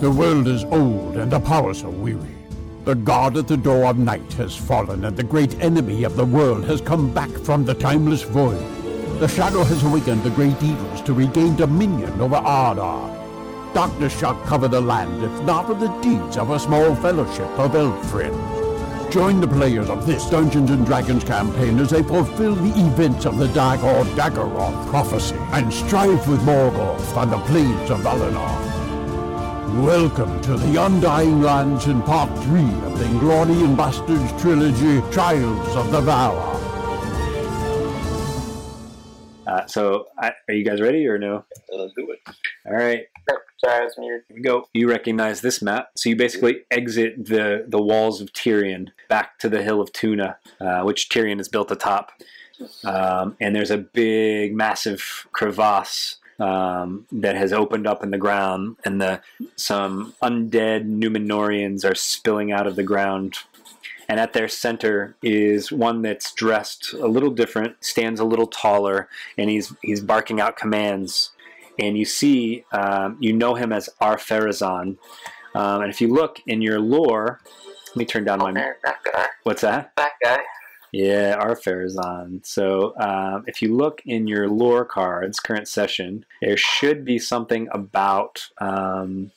The world is old, and the powers are weary. The god at the door of night has fallen, and the great enemy of the world has come back from the timeless void. The shadow has awakened the great evils to regain dominion over Ardar. Darkness shall cover the land, if not of the deeds of a small fellowship of elf friends. Join the players of this Dungeons and Dragons campaign as they fulfill the events of the Dark or Daggeroth prophecy and strive with Morgoth on the plains of Valinor. Welcome to the Undying Lands in part three of the Inglorious Bastards trilogy, Trials of the Valar. Uh, so, I, are you guys ready or no? Let's do it. All right, Sorry, I was muted. here we go. You recognize this map. So you basically exit the the walls of Tyrion back to the hill of Tuna, uh, which Tyrion is built atop. Um, and there's a big, massive crevasse um, that has opened up in the ground, and the some undead Numenorians are spilling out of the ground. And at their center is one that's dressed a little different, stands a little taller, and he's he's barking out commands and you see, um, you know him as Arpharazon. Um, and if you look in your lore, let me turn down my. Okay, that guy. What's that? That guy. Yeah, Arpharazon. So um, if you look in your lore cards, current session, there should be something about um,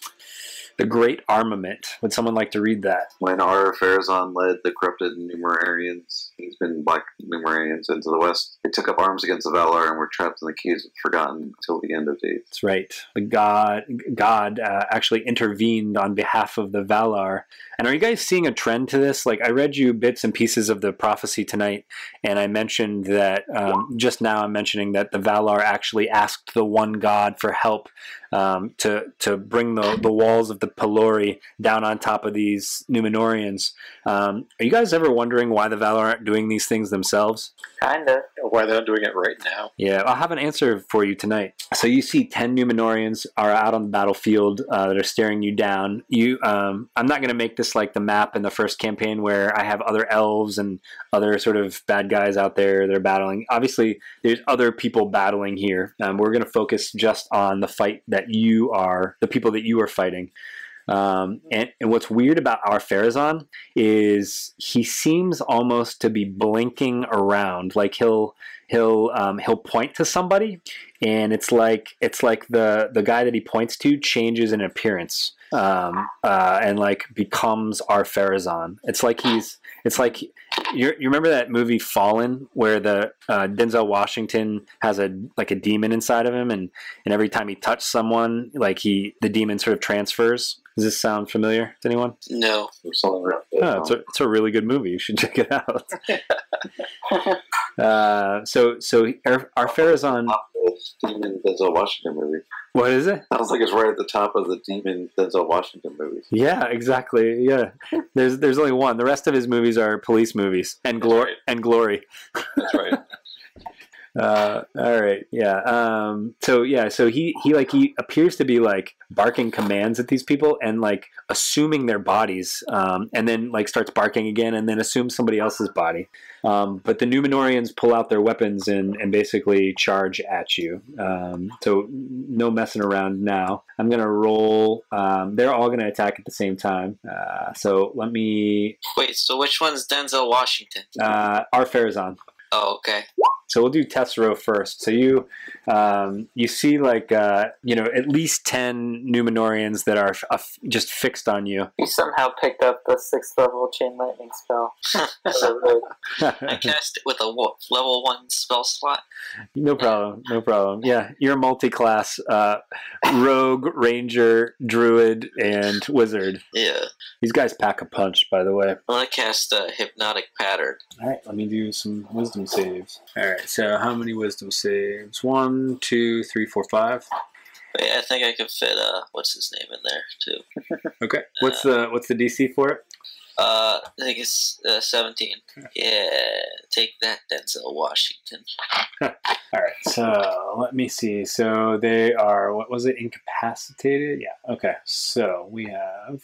the Great Armament. Would someone like to read that? When our Farazan led the corrupted Numerarians, he's been like Numerarians into the West. They took up arms against the Valar and were trapped in the caves of Forgotten until the end of days. That's right. The god, God uh, actually intervened on behalf of the Valar. And are you guys seeing a trend to this? Like, I read you bits and pieces of the prophecy tonight, and I mentioned that um, just now. I'm mentioning that the Valar actually asked the one god for help um, to to bring the the walls of the Pelori down on top of these Numenorians. Um, are you guys ever wondering why the Valar aren't doing these things themselves? Kinda. Why they're not doing it right now? Yeah, I'll have an answer for you tonight. So you see, ten Numenorians are out on the battlefield uh, that are staring you down. You, um, I'm not going to make this like the map in the first campaign where I have other elves and other sort of bad guys out there that are battling. Obviously, there's other people battling here. Um, we're going to focus just on the fight that you are, the people that you are fighting. Um, and, and what's weird about our Farazan is he seems almost to be blinking around. Like he'll he'll um, he'll point to somebody, and it's like it's like the the guy that he points to changes in appearance um, uh, and like becomes our Farazan. It's like he's it's like you you remember that movie Fallen where the uh, Denzel Washington has a like a demon inside of him and and every time he touched someone, like he the demon sort of transfers. Does this sound familiar to anyone? No. There's something around there. Um, Oh, it's a, it's a really good movie. You should check it out. uh, so so our, our Farazan, Top of the Demon Denzel Washington movie. what is it? Sounds like it's right at the top of the Demon Denzel Washington movies. Yeah, exactly. Yeah, there's there's only one. The rest of his movies are police movies and glory Right. and glory. That's right. uh, all right yeah um, so yeah so he he like he appears to be like barking commands at these people and like assuming their bodies um, and then like starts barking again and then assumes somebody else's body um, but the numenorians pull out their weapons and and basically charge at you um, so no messing around now i'm gonna roll um, they're all gonna attack at the same time uh, so let me Wait, so which one's Denzel Washington? uh, our fair is on Oh, okay. so we'll do test row first. So you um, you see like uh, you know at least ten Numenorians that are f- uh, f- just fixed on you. You somehow picked up the sixth level chain lightning spell. no I cast it with a wo- level one spell slot. problem, no problem. Yeah, you're multi-class uh, rogue, ranger, druid, and wizard. Yeah. These guys pack a punch, by the way. I'm gonna cast a hypnotic pattern. All right, let me do some wisdom saves. All right, so how many wisdom saves? One, two, three, four, five. Wait, I think I can fit uh, what's his name in there too. Okay. What's the what's the DC for it? Uh, I think it's uh, 17. Yeah, take that, Denzel Washington. All right, so let me see. So they are, what was it, incapacitated? Yeah, okay. So we have.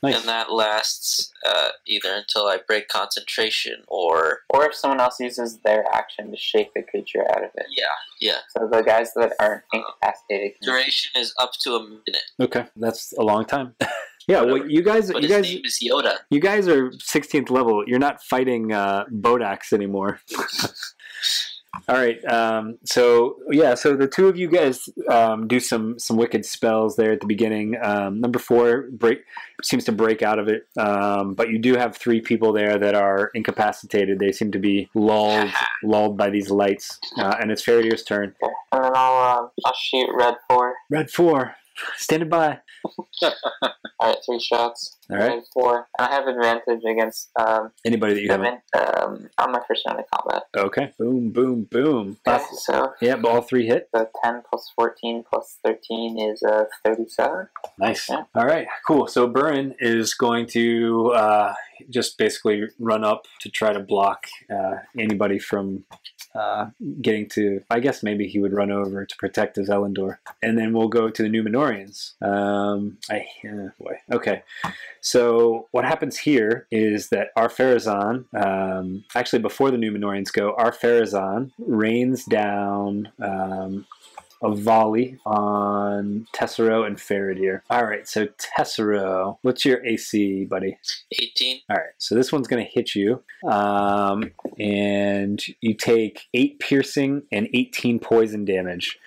Nice. And that lasts uh, either until I break concentration or. Or if someone else uses their action to shake the creature out of it. Yeah, yeah. So the guys that aren't incapacitated Mm. can Duration is up to a minute. Okay, that's a long time. yeah, well, you guys, But you his guys, name is Yoda. you guys are 16th level. You're not fighting uh, Bodax anymore. All right. Um, so yeah, so the two of you guys um, do some some wicked spells there at the beginning. Um, number four break seems to break out of it, um, but you do have three people there that are incapacitated. They seem to be lulled lulled by these lights, uh, and it's Faraday's turn. And then I'll, um, I'll shoot red four. Red four, standing by. All right, three shots. All right. Red four. And I have advantage against um, Anybody that you haven't. women um, on my first round of combat. Okay. Boom, boom, boom. Okay, That's- so Yeah, but all three hit. the 10 plus 14 plus 13 is uh, 37. Nice. Yeah. All right, cool. So Burren is going to uh, just basically run up to try to block uh, anybody from uh, getting to. I guess maybe he would run over to protect his Elendor, and then we'll go to the Numenorians. Um, I uh, boy. Okay. So what happens here is that our Farazan, um, actually before the Numenorians go, our Farazan rains down um, a volley on Tessero and Faradir. All right, so Tessero, what's your AC, buddy? 18. All right, so this one's going to hit you, um, and you take eight piercing and eighteen poison damage,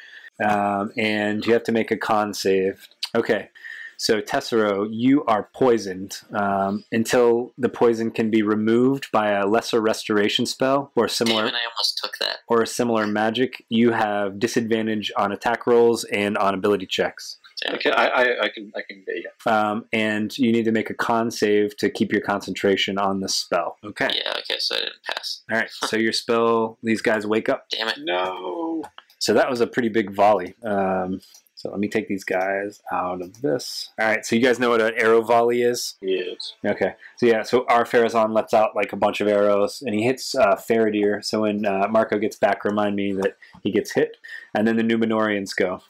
um, and you have to make a con save. Okay, so Tessero, you are poisoned um, until the poison can be removed by a lesser restoration spell or Damn similar it, I almost took that. or a similar magic, you have disadvantage on attack rolls and on ability checks. Yeah. Okay, I, I, I can, I can. Yeah. Um, and you need to make a con save to keep your concentration on the spell. Okay. Yeah, okay, so I didn't pass. All right. So your spell, these guys wake up. Damn it. No. So that was a pretty big volley. Um, so let me take these guys out of this. All right. So you guys know what an arrow volley is? Yes. Okay. So yeah, so our Farazan lets out like a bunch of arrows, and he hits uh, Faradir. So when uh, Marco gets back, remind me that he gets hit, and then the Numenorians go.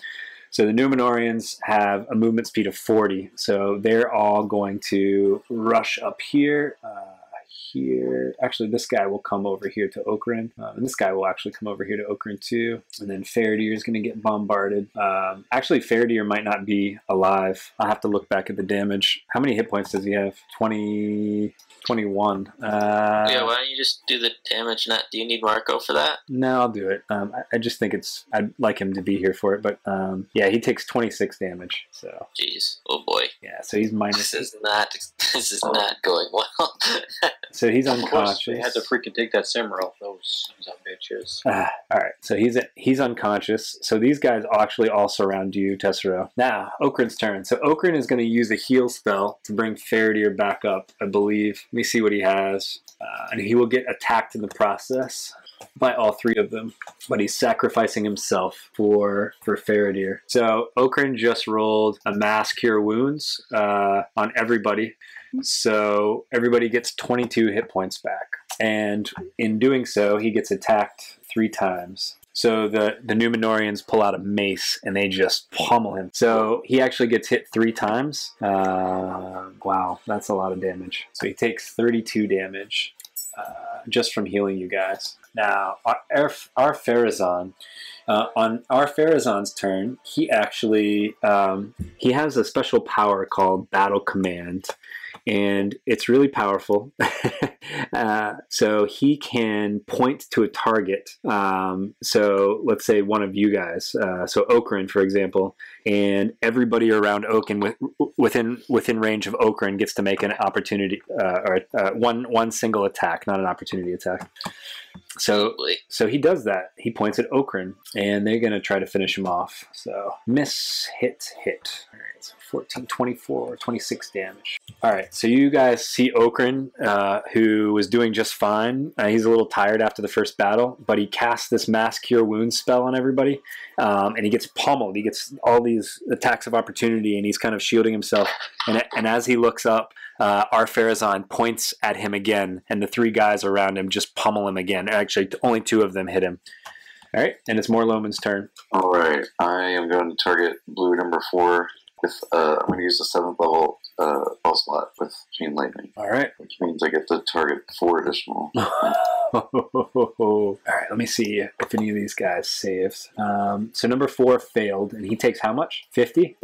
So the Numenorians have a movement speed of 40, so they're all going to rush up here. Uh, here, actually, this guy will come over here to Okrin, um, and this guy will actually come over here to Okrin too. And then Faradir is going to get bombarded. Um, actually, Faradir might not be alive. I'll have to look back at the damage. How many hit points does he have? 20, 21. Uh, yeah, why don't you just do the damage net? Do you need Marco for that? no, I'll do it. Um, I, I just think it's. I'd like him to be here for it, but um, yeah, he takes 26 damage. So Jeez. Oh boy. yeah, so he's minus. This is not this is not going well. So he's Of course, they had unconscious. to freaking take that Simrel. Those sons of bitches. Ah, all right, so he's he's unconscious. So these guys actually all surround you, Tessero. Now Okrin's turn. So Okrin is going to use a heal spell to bring Faradir back up. I believe. Let me see what he has, uh, and he will get attacked in the process by all three of them. but he's sacrificing himself for for Faradir. So Okrin just rolled a mass cure wounds uh, on everybody, so everybody gets 22 hit points back, and in doing so, he gets attacked three times. So the the Numenorians pull out a mace and they just pummel him. So he actually gets hit three times. Uh, wow, that's a lot of damage. So he takes 32 damage uh, just from healing you guys. Now, our, our, our Farazan, uh, on our Farazan's turn, he actually um, he has a special power called Battle Command, and it's really powerful. uh, so he can point to a target. Um, so let's say one of you guys, uh, so Okran, for example, and everybody around Okran with, within within range of Okran gets to make an opportunity uh, or uh, one one single attack, not an opportunity attack. So Probably. so he does that. He points at Okrin, and they're going to try to finish him off. So miss, hit, hit. All right. So 14, 24, 26 damage. All right, so you guys see Okran, uh, who was doing just fine. Uh, he's a little tired after the first battle, but he casts this mass cure wounds spell on everybody, um, and he gets pummeled. He gets all these attacks of opportunity, and he's kind of shielding himself. And, and as he looks up, uh, Arpharazon points at him again, and the three guys around him just pummel him again. Actually, only two of them hit him. All right, and it's more Loman's turn. All right, I am going to target blue number four with. Uh, I'm going to use the seventh level uh, spell slot with chain lightning, All right. which means I get to target four additional. All right, let me see if any of these guys saves. Um, so number four failed, and he takes how much? 50?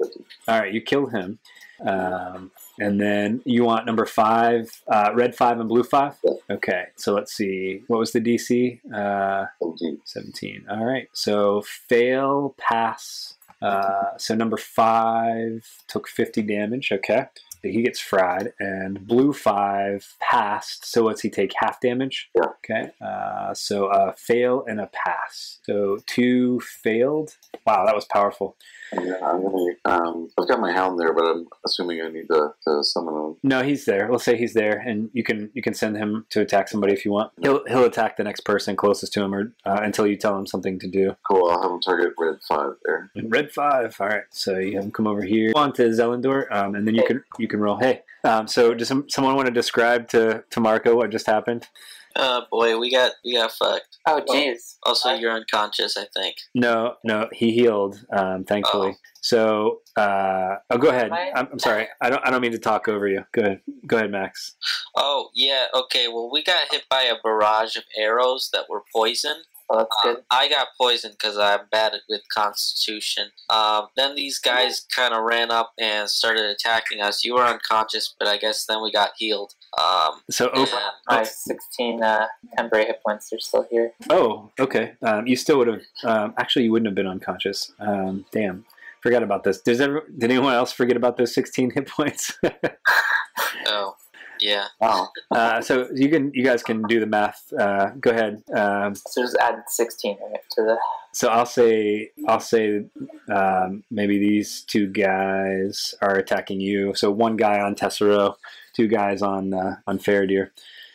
All right, you kill him. Um, and then you want number five, uh, red five and blue five? Yeah. Okay, so let's see. What was the DC? Uh, LD. 17. All right, so fail, pass. Uh, so number five took 50 damage. Okay. He gets fried, and blue five passed. So what's he take? Half damage. Yeah. Okay. Uh, so a fail and a pass. So two failed. Wow, that was powerful. And then I'm going to. Um, I've got my hound there, but I'm assuming I need to, to summon him. No, he's there. Let's say he's there, and you can you can send him to attack somebody if you want. He'll he'll attack the next person closest to him, or uh, until you tell him something to do. Cool, I'll have him target red five there. And Red five. All right. So you have him come over here. On to Zelindor, um, and then you can you can roll. Hey. Um, so does some, someone want to describe to to Marco what just happened? Oh boy, we got we got fucked. Oh, jeez. Also, I- you're unconscious, I think. No, no, he healed. Um, thankfully. So uh, oh, go ahead. Right. I'm, I'm sorry. I don't I don't mean to talk over you. Go ahead. Go ahead, Max. Oh yeah, okay. Well, we got hit by a barrage of arrows that were poison. Well, Oh, that's Um, good. I got poisoned because I'm bad at- with Constitution. Um, then these guys kind of ran up and started attacking us. You were unconscious, but I guess then we got healed. Um, So and- oh, My 16 uh, temporary hit points are still here. oh okay. Um, you still would have. Um, actually, you wouldn't have been unconscious. Um, damn. Forgot about this. Does ever did anyone else forget about those 16 hit points? oh, yeah. Wow. Uh, so you can you guys can do the math. Uh, go ahead. Um, So just add 16 right to the. so I'll say I'll say um, maybe these two guys are attacking you. So one guy on Tessero, two guys on uh, on Faradir.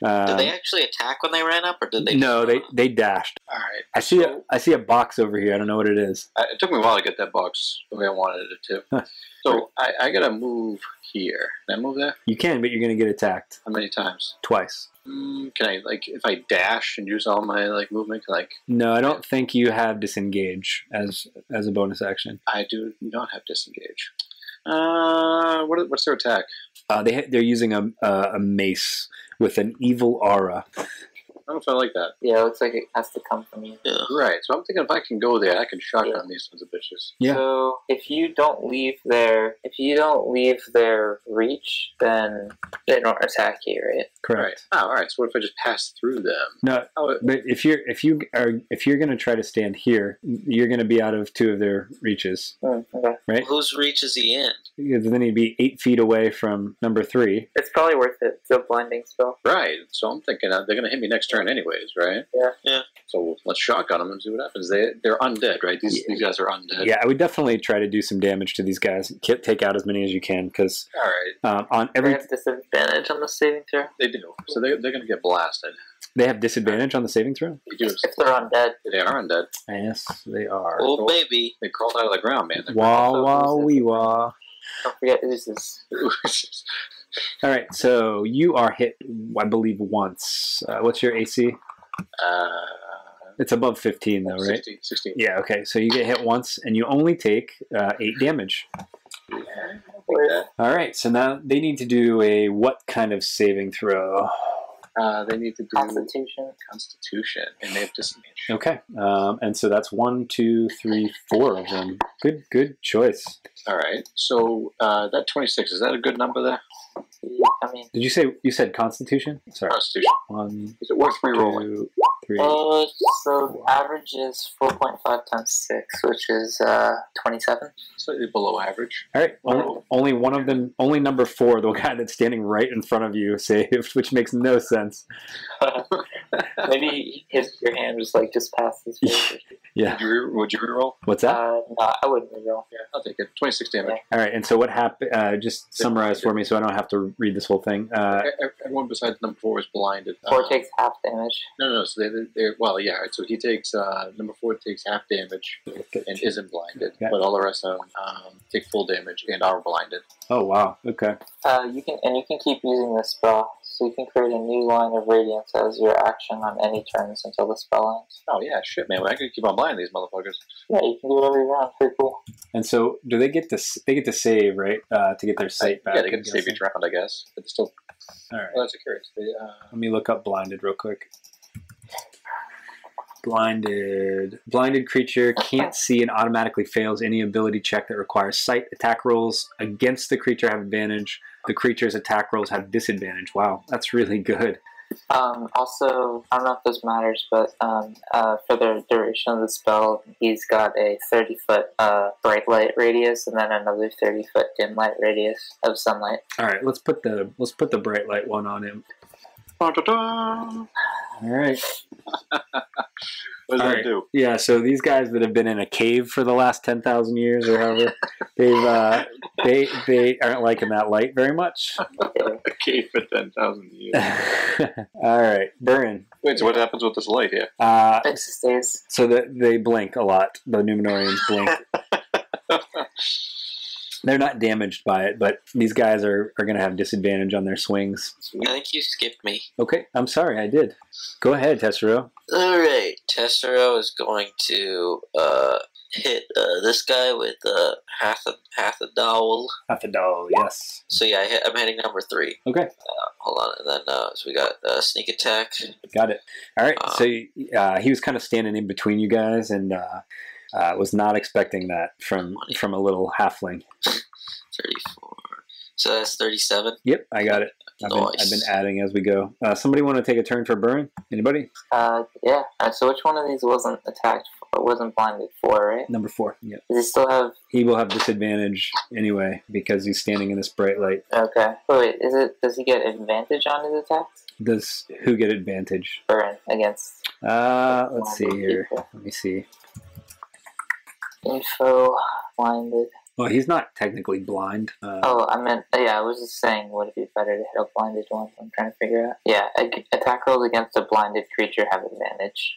Um, Did they actually attack when they ran up, or did they? no, they they dashed. All right. I see a, I see a box over here. I don't know what it is. I, it took me a while to get that box the way I wanted it to. so I, I gotta move here. Can I move there? You can, but you're gonna get attacked How many times? twice. Mm, can I like if I dash and use all my like movement? Can, like No, I don't think you have disengage as as a bonus action. I do not have disengage. Uh, what, what's their attack? Uh, they they're using a a, a mace with an evil aura. I don't know if I like that. Yeah, it looks like it has to come from you. Right. So I'm thinking if I can go there, I can shotgun these sons of bitches. Yeah. So if you don't leave their if you don't leave their reach, then they don't attack you, right? Correct. Right. Oh, all right. So what if I just pass through them? No, Oh, But if you're if you are if you're going to try to stand here, you're going to be out of two of their reaches, Hmm, okay. right? Whose reach is he in? Because then he'd be eight feet away from number three. It's probably worth it. It's a blinding spell. right. So I'm thinking uh, they're gonna hit me next turn, anyways, right? Yeah. Yeah. So let's shotgun them and see what happens. They they're undead, right? These these guys are undead. Yeah, I would definitely try to do some damage to these guys. Ki- Take out as many as you can, because All right. um, on They every have disadvantage on the saving throw. They do. So they they're gonna get blasted. they have disadvantage on the saving throw. They do. If they're undead, They are undead. Yes, they are. Oh baby, They crawled out of the ground, man. They're- Wah wah wee wah. don't forget this is All right, so you are hit, I believe, once. Uh, what's your AC? uh, It's above fifteen, though, right? 16, 16. Yeah. Okay, so you get hit once, and you only take uh, eight damage. Yeah. All right, so now they need to do a what kind of saving throw? Uh, they need to do Constitution. Constitution, and they have disadvantage. Okay, um, and so that's one, two, three, four of them. Good, good choice. All right. So uh, that 26 is that a good number there? I mean, Did you say you said Constitution? Sorry, Constitution. one, Is it worth me rolling? two, three. uh, so the average is four point five times six, which is uh twenty-seven. Slightly below average. All right, only, only one of them, only number four, the guy that's standing right in front of you, saved, which makes no sense. Maybe his your hand was like just past his face. Yeah. Would you, re- would you reroll? What's that? Uh, no, I wouldn't reroll. Yeah, I'll take it. 26 damage. All right. And so what happened? Uh, just summarize for me so I don't have to read this whole thing. Uh, E- e- Everyone besides number four is blinded. Four Uh-huh. Uh, takes half damage. No, no, no. So they, they, they- well, yeah. all right, So he takes uh, number four takes half damage and isn't blinded, Yeah. but all the rest of them um, take full damage and are blinded. oh, wow. Okay. Uh, you can and you can keep using this spell, so you can create a new line of radiance as your action on any turns until the spell ends. Oh yeah, shit, man. I could keep on blinding these motherfuckers. Yeah, you can do whatever you want. Pretty cool. And so do they get to, s- they get to save, right? Uh, to get their sight back. yeah, they can I'm save guessing. each round, I guess. But still, All right. well, that's curious. They, uh, Let me look up blinded real quick. Blinded. Blinded creature can't see and automatically fails any ability check that requires sight. Attack rolls against the creature have advantage. The creature's attack rolls have disadvantage. Wow, that's really good. Um, also, I don't know if this matters, but um, uh, for the duration of the spell, he's got a thirty foot uh, bright light radius, and then another thirty foot dim light radius of sunlight. All right, let's put the let's put the bright light one on him. All right. what does All that right. do? Yeah, so these guys that have been in a cave for the last 10,000 years or however, they've uh, they they aren't liking that light very much. A cave for ten thousand years. All right, Burin. Wait, so what happens with this light here? Uh, Fixes days. so that they blink a lot. The Numenorians blink. They're not damaged by it, but these guys are, are going to have disadvantage on their swings. I think you skipped me. Okay, I'm sorry, I did. Go ahead, Tessero. All right, Tessero is going to uh, hit uh, this guy with uh, half a half a dowel. Athadol, yes. So yeah, I hit, I'm hitting number three. Okay, Hold on, and then uh, so we got uh, sneak attack. got it. All right, so uh, he was kind of standing in between you guys and uh, uh, was not expecting that from from a little halfling. Thirty-four. So that's thirty-seven. Yep, I got it. I've been, Nice. I've been adding as we go. Uh, somebody want to take a turn for Burin? Anybody? Uh, yeah. Uh, so which one of these wasn't attacked? For, wasn't blinded for? Right? Number four. Yep. Does he still have? He will have disadvantage anyway because he's standing in this bright light. Okay. Wait, is it? Does he get advantage on his attacks? Does who get advantage? Burn against. Uh, let's see blinded here. people. Let me see. Info blinded. Well, he's not technically blind. Uh, Oh, I meant. Yeah, I was just saying. Would it be better to hit a blinded one? I'm trying to figure out. Yeah, ag- attack rolls against a blinded creature have advantage.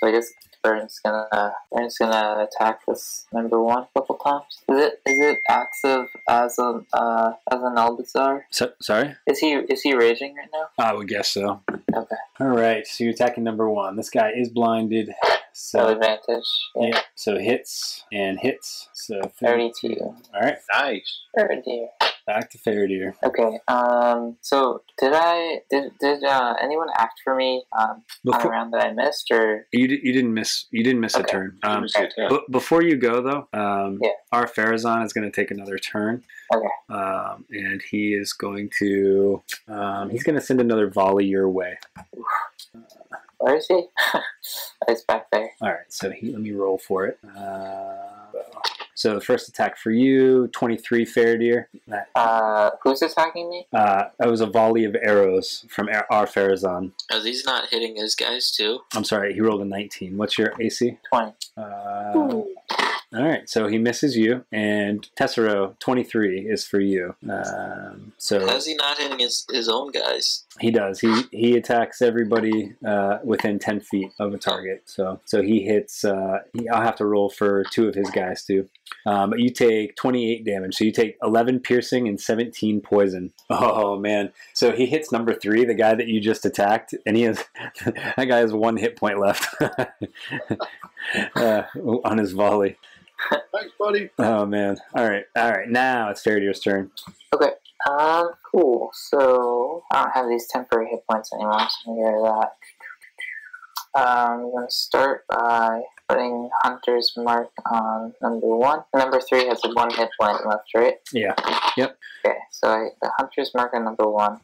So I guess Burn's gonna Burn's gonna attack this number one a couple times. Is it is it active as a uh, as an Albazar? so, sorry, Is he is he raging right now? I would guess so. Okay. All right, so you're attacking number one. This guy is blinded, No so advantage. yeah, so hits and hits. So Thirty-two. All right, Nice. Oh dear. back to Faradir. Okay. Um. So did I did did uh, anyone act for me um, on a Before round that I missed or you, di- you didn't miss you didn't miss a Okay. turn. Um, Give us the attack. But before you go, though, um, Yeah. our Farazan is going to take another turn. Okay. Um, and he is going to um, he's going to send another volley your way. where is he? oh, he's back there. All right. So he, let me roll for it. Uh, so the first attack for you, twenty three Faradir. That Uh, who's attacking me? uh, that was a volley of arrows from our our Farazan. Are these not hitting his guys too? I'm sorry, he rolled a nineteen. What's your AC? Twenty. Uh, all right, so he misses you, and Tessero twenty three is for you. Um, so How's he not hitting his, his own guys? He does. He he attacks everybody uh, within ten feet of a target. So so he hits. Uh, he, I'll have to roll for two of his guys too. Um, but you take twenty eight damage. So you take eleven piercing and seventeen poison. Oh man! So he hits number three, the guy that you just attacked, and he has that guy has one hit point left uh, on his volley. Thanks, buddy. Oh man! All right, all right. Now it's Faraday's turn. Um. Cool. So I don't have these temporary hit points anymore. So I'm gonna get rid of that. Um, I'm gonna start by putting Hunter's Mark on number one. Number three has one hit point left, right? Yeah. Okay, so I, the hunter's mark on number one.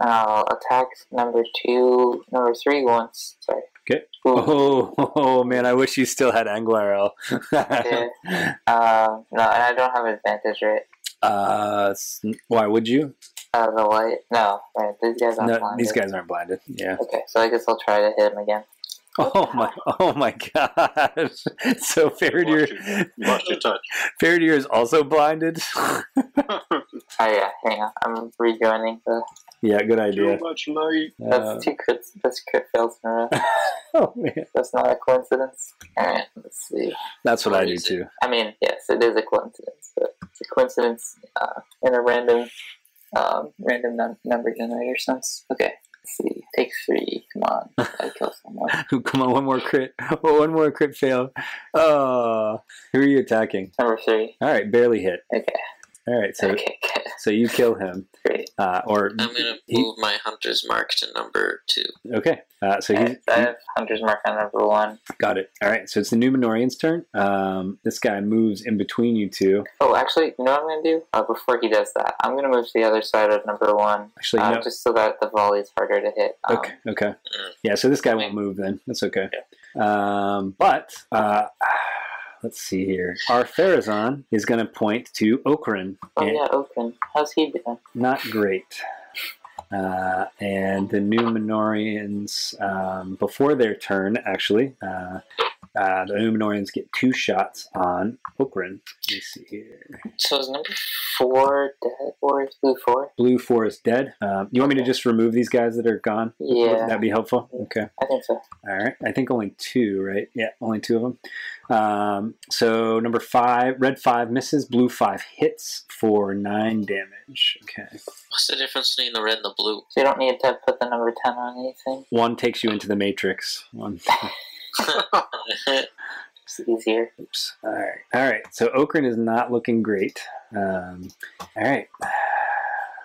And I'll attack number two, number three once. Sorry. Okay. Ooh, Oh, oh man! I wish you still had Anguirel. uh, okay. Um, no, and I don't have advantage, right? Uh, s- why would you? Uh, the light? No, right, these guys aren't No, blinded. these guys aren't blinded. Yeah. Okay, so I guess I'll try to hit him again. Oh my! Oh my gosh! So Faradir, Lost your- You lost your touch. Faradir is also blinded. Oh yeah, hang on. I'm rejoining the. yeah, good idea. Too much light. That's Uh, two crits. This crit fails in a row. oh man, That's not a coincidence. All right, let's see. that's what I do too. I mean, yes, it is a coincidence, but it's a coincidence uh, in a random, um, random num- number generator sense. Okay, let's see. Take three. Come on, I kill someone. Come on, one more crit. Oh, one more crit fail. Oh, who are you attacking? Number three. All right, barely hit. Okay. All right, so Okay. Good. so you kill him, Great. uh, or I'm gonna he- move my hunter's mark to number two. okay. Uh, so All he's right, so I have Hunter's Mark on number one. got it. All right, so it's the Numenorian's turn. Um, this guy moves in between you two. Oh, actually, you know what I'm gonna do? Uh, before he does that, I'm gonna move to the other side of number one, Actually, uh, no. just so that the volley's harder to hit. Um, Okay. Okay. Yeah. So this guy won't move then. That's okay. Um, but uh, let's see here. Our Farazan is going to point to Okran. Oh And- yeah, Oaken. How's he doing? Not great. Uh, and the Numenorians, um, before their turn, actually, uh, uh, the Numenorians get two shots on Okran. Let me see here. So is number four dead or is blue four? Blue four is dead. Um, you want me to just remove these guys that are gone? Would Yeah, that be helpful? Okay. I think so. All right. I think only two, right? Yeah, only two of them. Um, so number five, red five misses, blue five hits for nine damage. Okay. What's the difference between the red and the blue? So you don't need to put the number ten on anything. One takes you into the matrix. One. It's easier. Oops. All right. All right. So Okran is not looking great. Um, all right.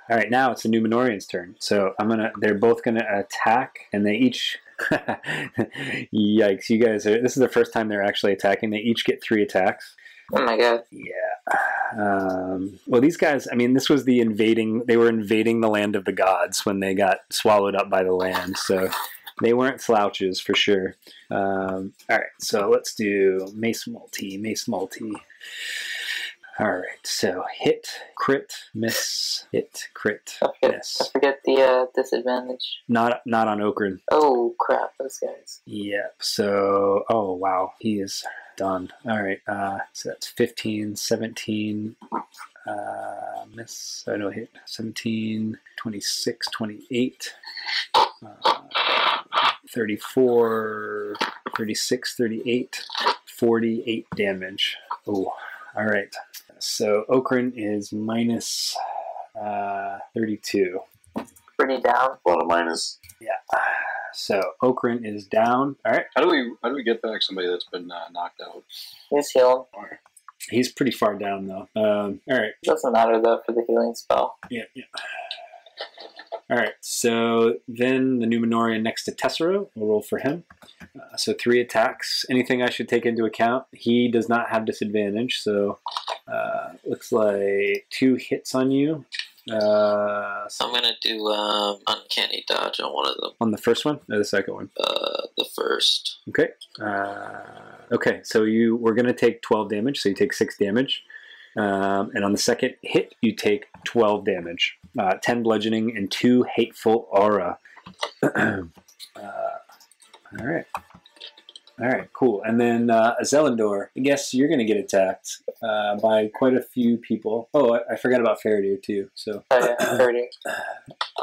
All right. Now it's the Numenorian's turn. So I'm gonna. They're both gonna attack, and they each. Yikes! You guys are. This is the first time they're actually attacking. They each get three attacks. Oh my god. Yeah. Um, well, these guys, I mean, this was the invading, they were invading the land of the gods when they got swallowed up by the land. So they weren't slouches for sure. Um, all right. So let's do Mace Multi, Mace Multi. All right. So hit, crit, miss, hit, crit, Don't forget, miss. don't forget the uh, disadvantage. Not, not on Okran. Oh crap, those guys. Yep. So, oh, wow. He is done. All right. Uh, so that's 15, 17, uh, miss. I know hit 17, 26, 28, uh, 34, 36, 38, 48 damage. Oh, all right. So Okran is minus uh, 32. Pretty down. A lot of minus. So Okran is down. All right. How do we how do we get back somebody that's been uh, knocked out? He's healed. He's pretty far down though. Um, all right. Doesn't matter though for the healing spell. Yeah, yeah. All right. So then the Numenorian next to Tessero. We'll roll for him. Uh, so three attacks. Anything I should take into account? He does not have disadvantage. So uh, looks like two hits on you. Uh, I'm gonna do um, uncanny dodge on one of them. on the first one or the second one. Uh, the first. Okay. Uh, okay. So you we're gonna take twelve damage. So you take six damage. Um, and on the second hit, you take 12 damage, uh, 10 bludgeoning, and 2 hateful aura. uh, all right. All right, cool. And then uh, Zelindor, I guess you're going to get attacked uh, by quite a few people. Oh, I, I forgot about Faradir, too. So, Oh yeah, thirty.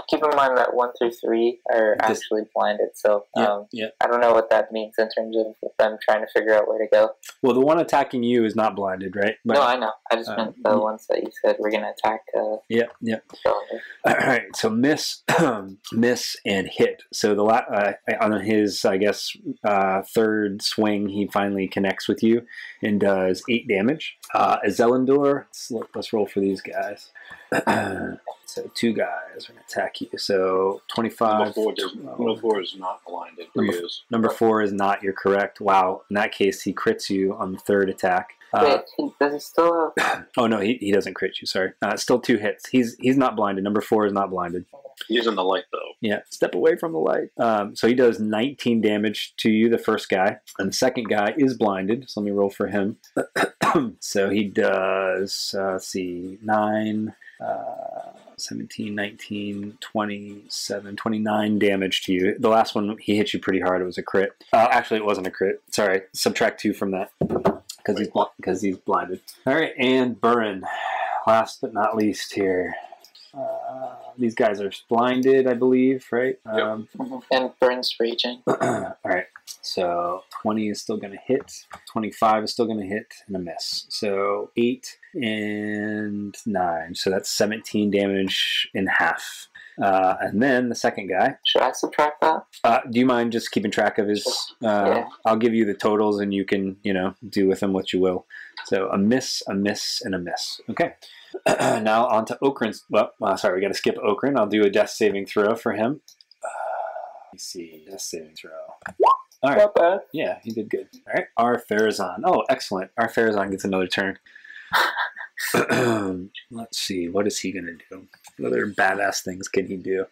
Keep in mind that one through three are Dis- actually blinded, so yeah, um, yeah. I don't know what that means in terms of them trying to figure out where to go. Well, the one attacking you is not blinded, right? But- no, I know. I just uh, meant the you- ones that you said were gonna attack. Uh, yeah, yeah. Solander. All right, so miss, miss, and hit. So the la- uh, on his, I guess, uh, third swing, he finally connects with you and does eight damage. Uh, Zelindor, let's, look, let's roll for these guys. so two guys are gonna attack you. So Number twenty-five. four, did- number four is not blinded. Three Number- is. Number four is not. You're correct. Wow. In that case, he crits you on the third attack. Uh, Wait, he, does he still have? oh no, he, he doesn't crit you. Sorry, uh, still two hits. He's he's not blinded. Number four is not blinded. He's in the light though. Yeah, step away from the light. Um, so he does 19 damage to you, the first guy, and the second guy is blinded. So let me roll for him. so he does. Uh, let's see, nine. Uh, 17, 19, 27, 29 damage to you. The last one, he hit you pretty hard. It was a crit. Uh, actually, it wasn't a crit. Sorry. Subtract two from that because he's, bl- 'cause he's blinded. All right. And Burren, last but not least here. Uh, these guys are blinded, I believe, right? Yep. Um, And Burns raging. all right. So 20 is still going to hit, 25 is still going to hit, and a miss. So 8 and 9. So that's 17 damage in half. Uh, and then the second guy. Should I subtract that? Uh, do you mind just keeping track of his? Uh, Yeah. I'll give you the totals, and you can, you know, do with them what you will. So a miss, a miss, and a miss. Okay. now on to Okrin's. Well, uh, sorry, we got to skip Okrin. I'll do a death saving throw for him. Uh, let me see, death saving throw. All right. Not bad. Yeah, he did good. All right. Our Farazan. Oh, excellent. Our Farazan gets another turn. Let's see. What is he going to do? What other badass things can he do?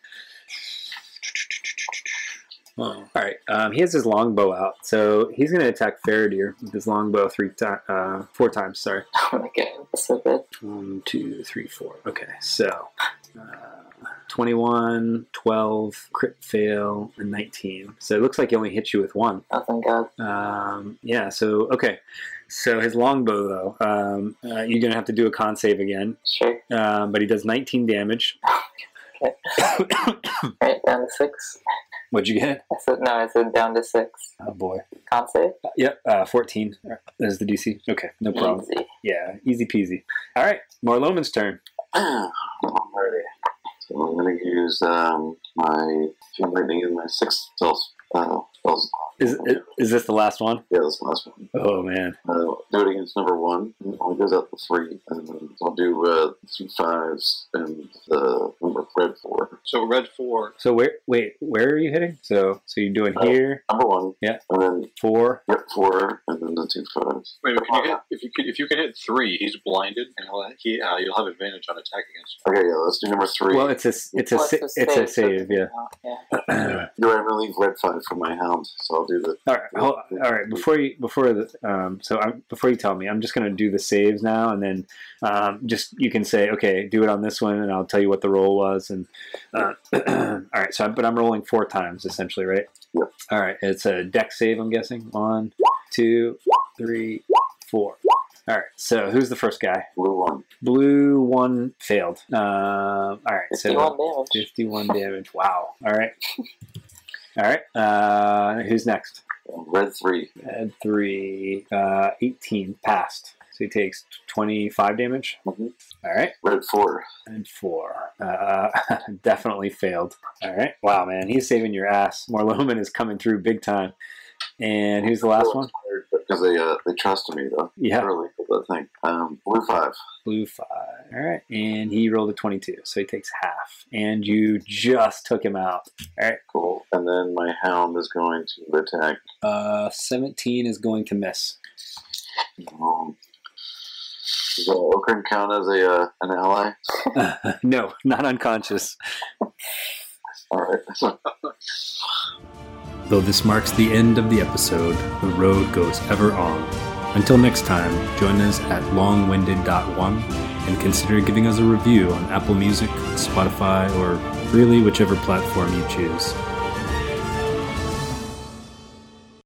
Oh, all right. Um, he has his longbow out, so he's going to attack Faradir with his longbow three times, uh, four times. Sorry, Oh my god, that's so good. one, two, three, four. Okay, so uh, 21, 12, crit fail, and 19. So it looks like he only hit you with one. Oh thank god. Um, yeah, so, okay. So his longbow, though, um, uh, you're going to have to do a con save again, Sure. um, but he does 19 damage. Right, down to six. What'd you get? I said no, I said down to six. Oh, boy. Can't save? Uh, Yep, uh, 14 is the DC. Okay, no problem. Easy. Yeah, easy peasy. All right, Marloman's turn. Alrighty. So I'm going to use um, my chain lightning and my six spells. Uh, spells. Is, is- is this the last one? Yeah, this last one. Oh, man. Uh, do it against number one. It only goes out to three. And then I'll do uh, two fives and the number red four. So red four. So where? Wait, where are you hitting? So, so you're doing here Number one. Yeah. And then four. red four, and then the two fives. Wait, can you hit, if you could, if you can hit three, he's blinded, and he'll, he uh, you'll have advantage on attack against. Okay, yeah, let's do number three. Well, it's a s- it's a Well, sa- it's a save. so- Yeah. Oh, yeah. You're right, I'm going to leave red five for my hound, so I'll do the. All right, hold, all right. Before you, before the, um, so I'm, before you tell me, I'm just gonna do the saves now, and then, um, just you can say, okay, do it on this one, and I'll tell you what the roll was, and, uh, all right. So, I'm, but I'm rolling four times essentially, right? Yep. All right, it's a deck save, I'm guessing. One, two, three, four. All right. So, who's the first guy? Blue one. Blue one failed. Um, all right. So 51 damage. 51 damage. Wow. All right. All right. Uh, who's next? Red three. Add three, uh, 18 passed. So he takes 25 damage. Mhm. All right. Red four. And four. Uh, definitely failed. All right. Wow, man. He's saving your ass. Morloman is coming through big time. And who's the last one? Because they, uh, they trusted me, though. Yeah. Early, that thing. Um, blue five. Blue five. All right. And he rolled a 22. So he takes half. And you just took him out. Cool. And then my hound is going to attack. Uh, 17 is going to miss. Um, does uh, Okran count as a uh, an ally? no, not unconscious. All right. Though this marks the end of the episode, the road goes ever on. Until next time, join us at longwinded.one and consider giving us a review on Apple Music, Spotify, or really whichever platform you choose.